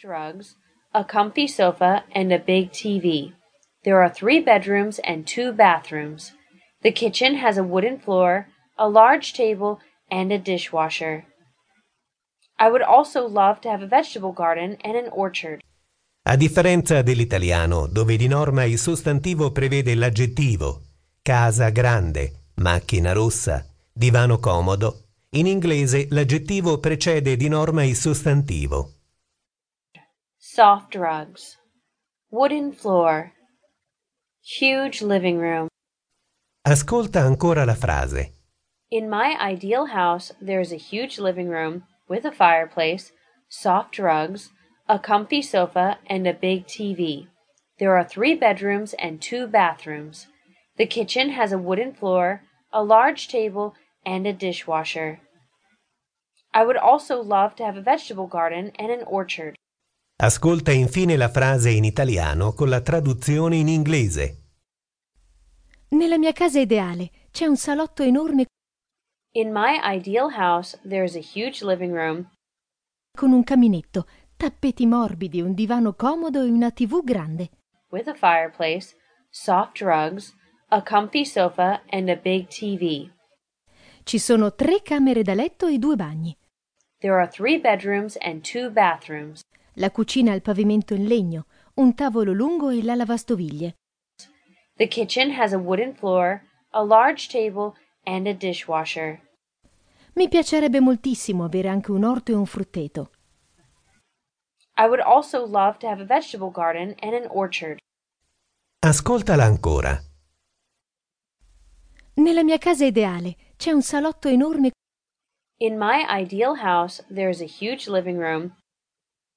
drugs, a comfy sofa and a big TV. There are three bedrooms and two bathrooms. The kitchen has a wooden floor, a large table and a dishwasher. I would also love to have a vegetable garden and an orchard. A differenza dell'italiano, dove di norma il sostantivo prevede l'aggettivo casa grande, macchina rossa, divano comodo, in inglese l'aggettivo precede di norma il sostantivo. Soft rugs. Wooden floor. Huge living room. Ascolta ancora la frase. In my ideal house, there is a huge living room with a fireplace, soft rugs, a comfy sofa, and a big TV. There are three bedrooms and two bathrooms. The kitchen has a wooden floor, a large table, and a dishwasher. I would also love to have a vegetable garden and an orchard. Ascolta infine la frase in italiano con la traduzione in inglese. Nella mia casa ideale c'è un salotto enorme In my ideal house, there is a huge living room con un caminetto, tappeti morbidi, un divano comodo e una TV grande. with a fireplace, soft rugs, a comfy sofa, and a big TV. Ci sono tre camere da letto e due bagni. There are three bedrooms and two bathrooms. La cucina al pavimento in legno, un tavolo lungo e la lavastoviglie. The kitchen has a wooden floor, a large table, and a dishwasher. Mi piacerebbe moltissimo avere anche un orto e un frutteto. I would also love to have a vegetable garden and an orchard. Ascoltala ancora. Nella mia casa ideale c'è un salotto enorme In my ideal house, there is a huge living room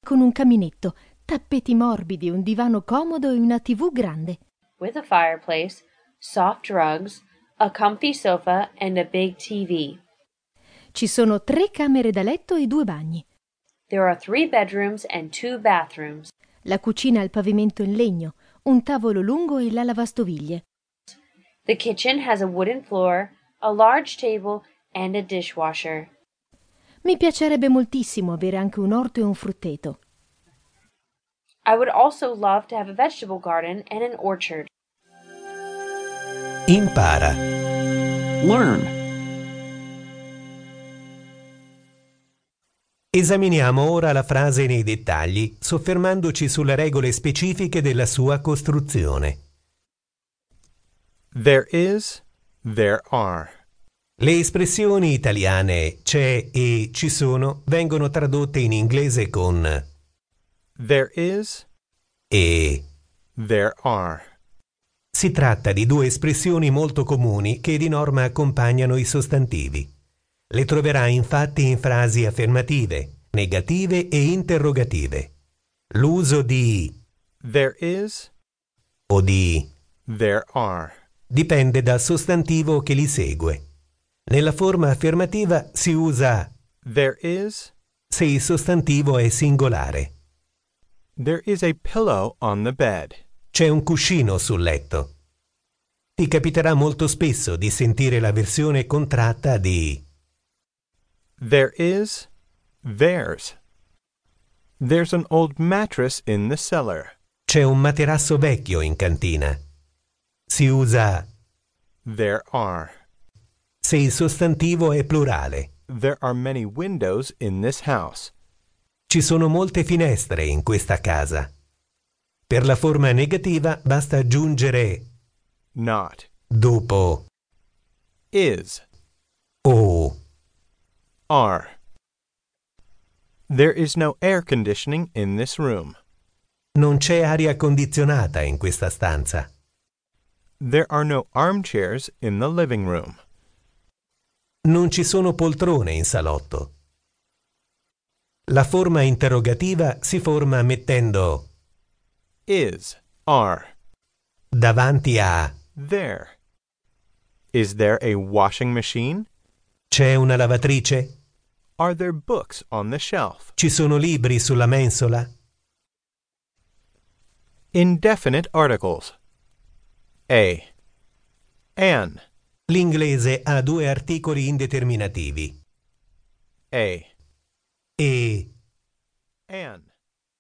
con un caminetto, tappeti morbidi, un divano comodo e una TV grande. with a fireplace, soft rugs, a comfy sofa, and a big TV. Ci sono tre camere da letto e due bagni. There are three bedrooms and two bathrooms. La cucina al pavimento in legno, un tavolo lungo e la lavastoviglie. The kitchen has a wooden floor, a large table, and a dishwasher. Mi piacerebbe moltissimo avere anche un orto e un frutteto. I would also love to have a vegetable garden and an orchard. Impara. Learn. Esaminiamo ora la frase nei dettagli, soffermandoci sulle regole specifiche della sua costruzione. There is, there are. Le espressioni italiane c'è e ci sono vengono tradotte in inglese con There is, e. there are. Si tratta di due espressioni molto comuni che di norma accompagnano i sostantivi. Le troverà infatti in frasi affermative, negative e interrogative. L'uso di There is, o di there are. dipende dal sostantivo che li segue. Nella forma affermativa si usa There is, se il sostantivo è singolare. there is a pillow on the bed. C'è un cuscino sul letto. Ti capiterà molto spesso di sentire la versione contratta di There is, there's. There's an old mattress in the cellar. c'è un materasso vecchio in cantina. Si usa There are. se il sostantivo è plurale. There are many windows in this house. Ci sono molte finestre in questa casa. Per la forma negativa basta aggiungere Not dopo is, o. are. There is no air conditioning in this room. Non c'è aria condizionata in questa stanza. There are no armchairs in the living room. Non ci sono poltrone in salotto. La forma interrogativa si forma mettendo Is, are, davanti a there. Is there a washing machine? c'è una lavatrice? Are there books on the shelf? Ci sono libri sulla mensola? Indefinite articles. A. An. L'inglese ha due articoli indeterminativi A. e An.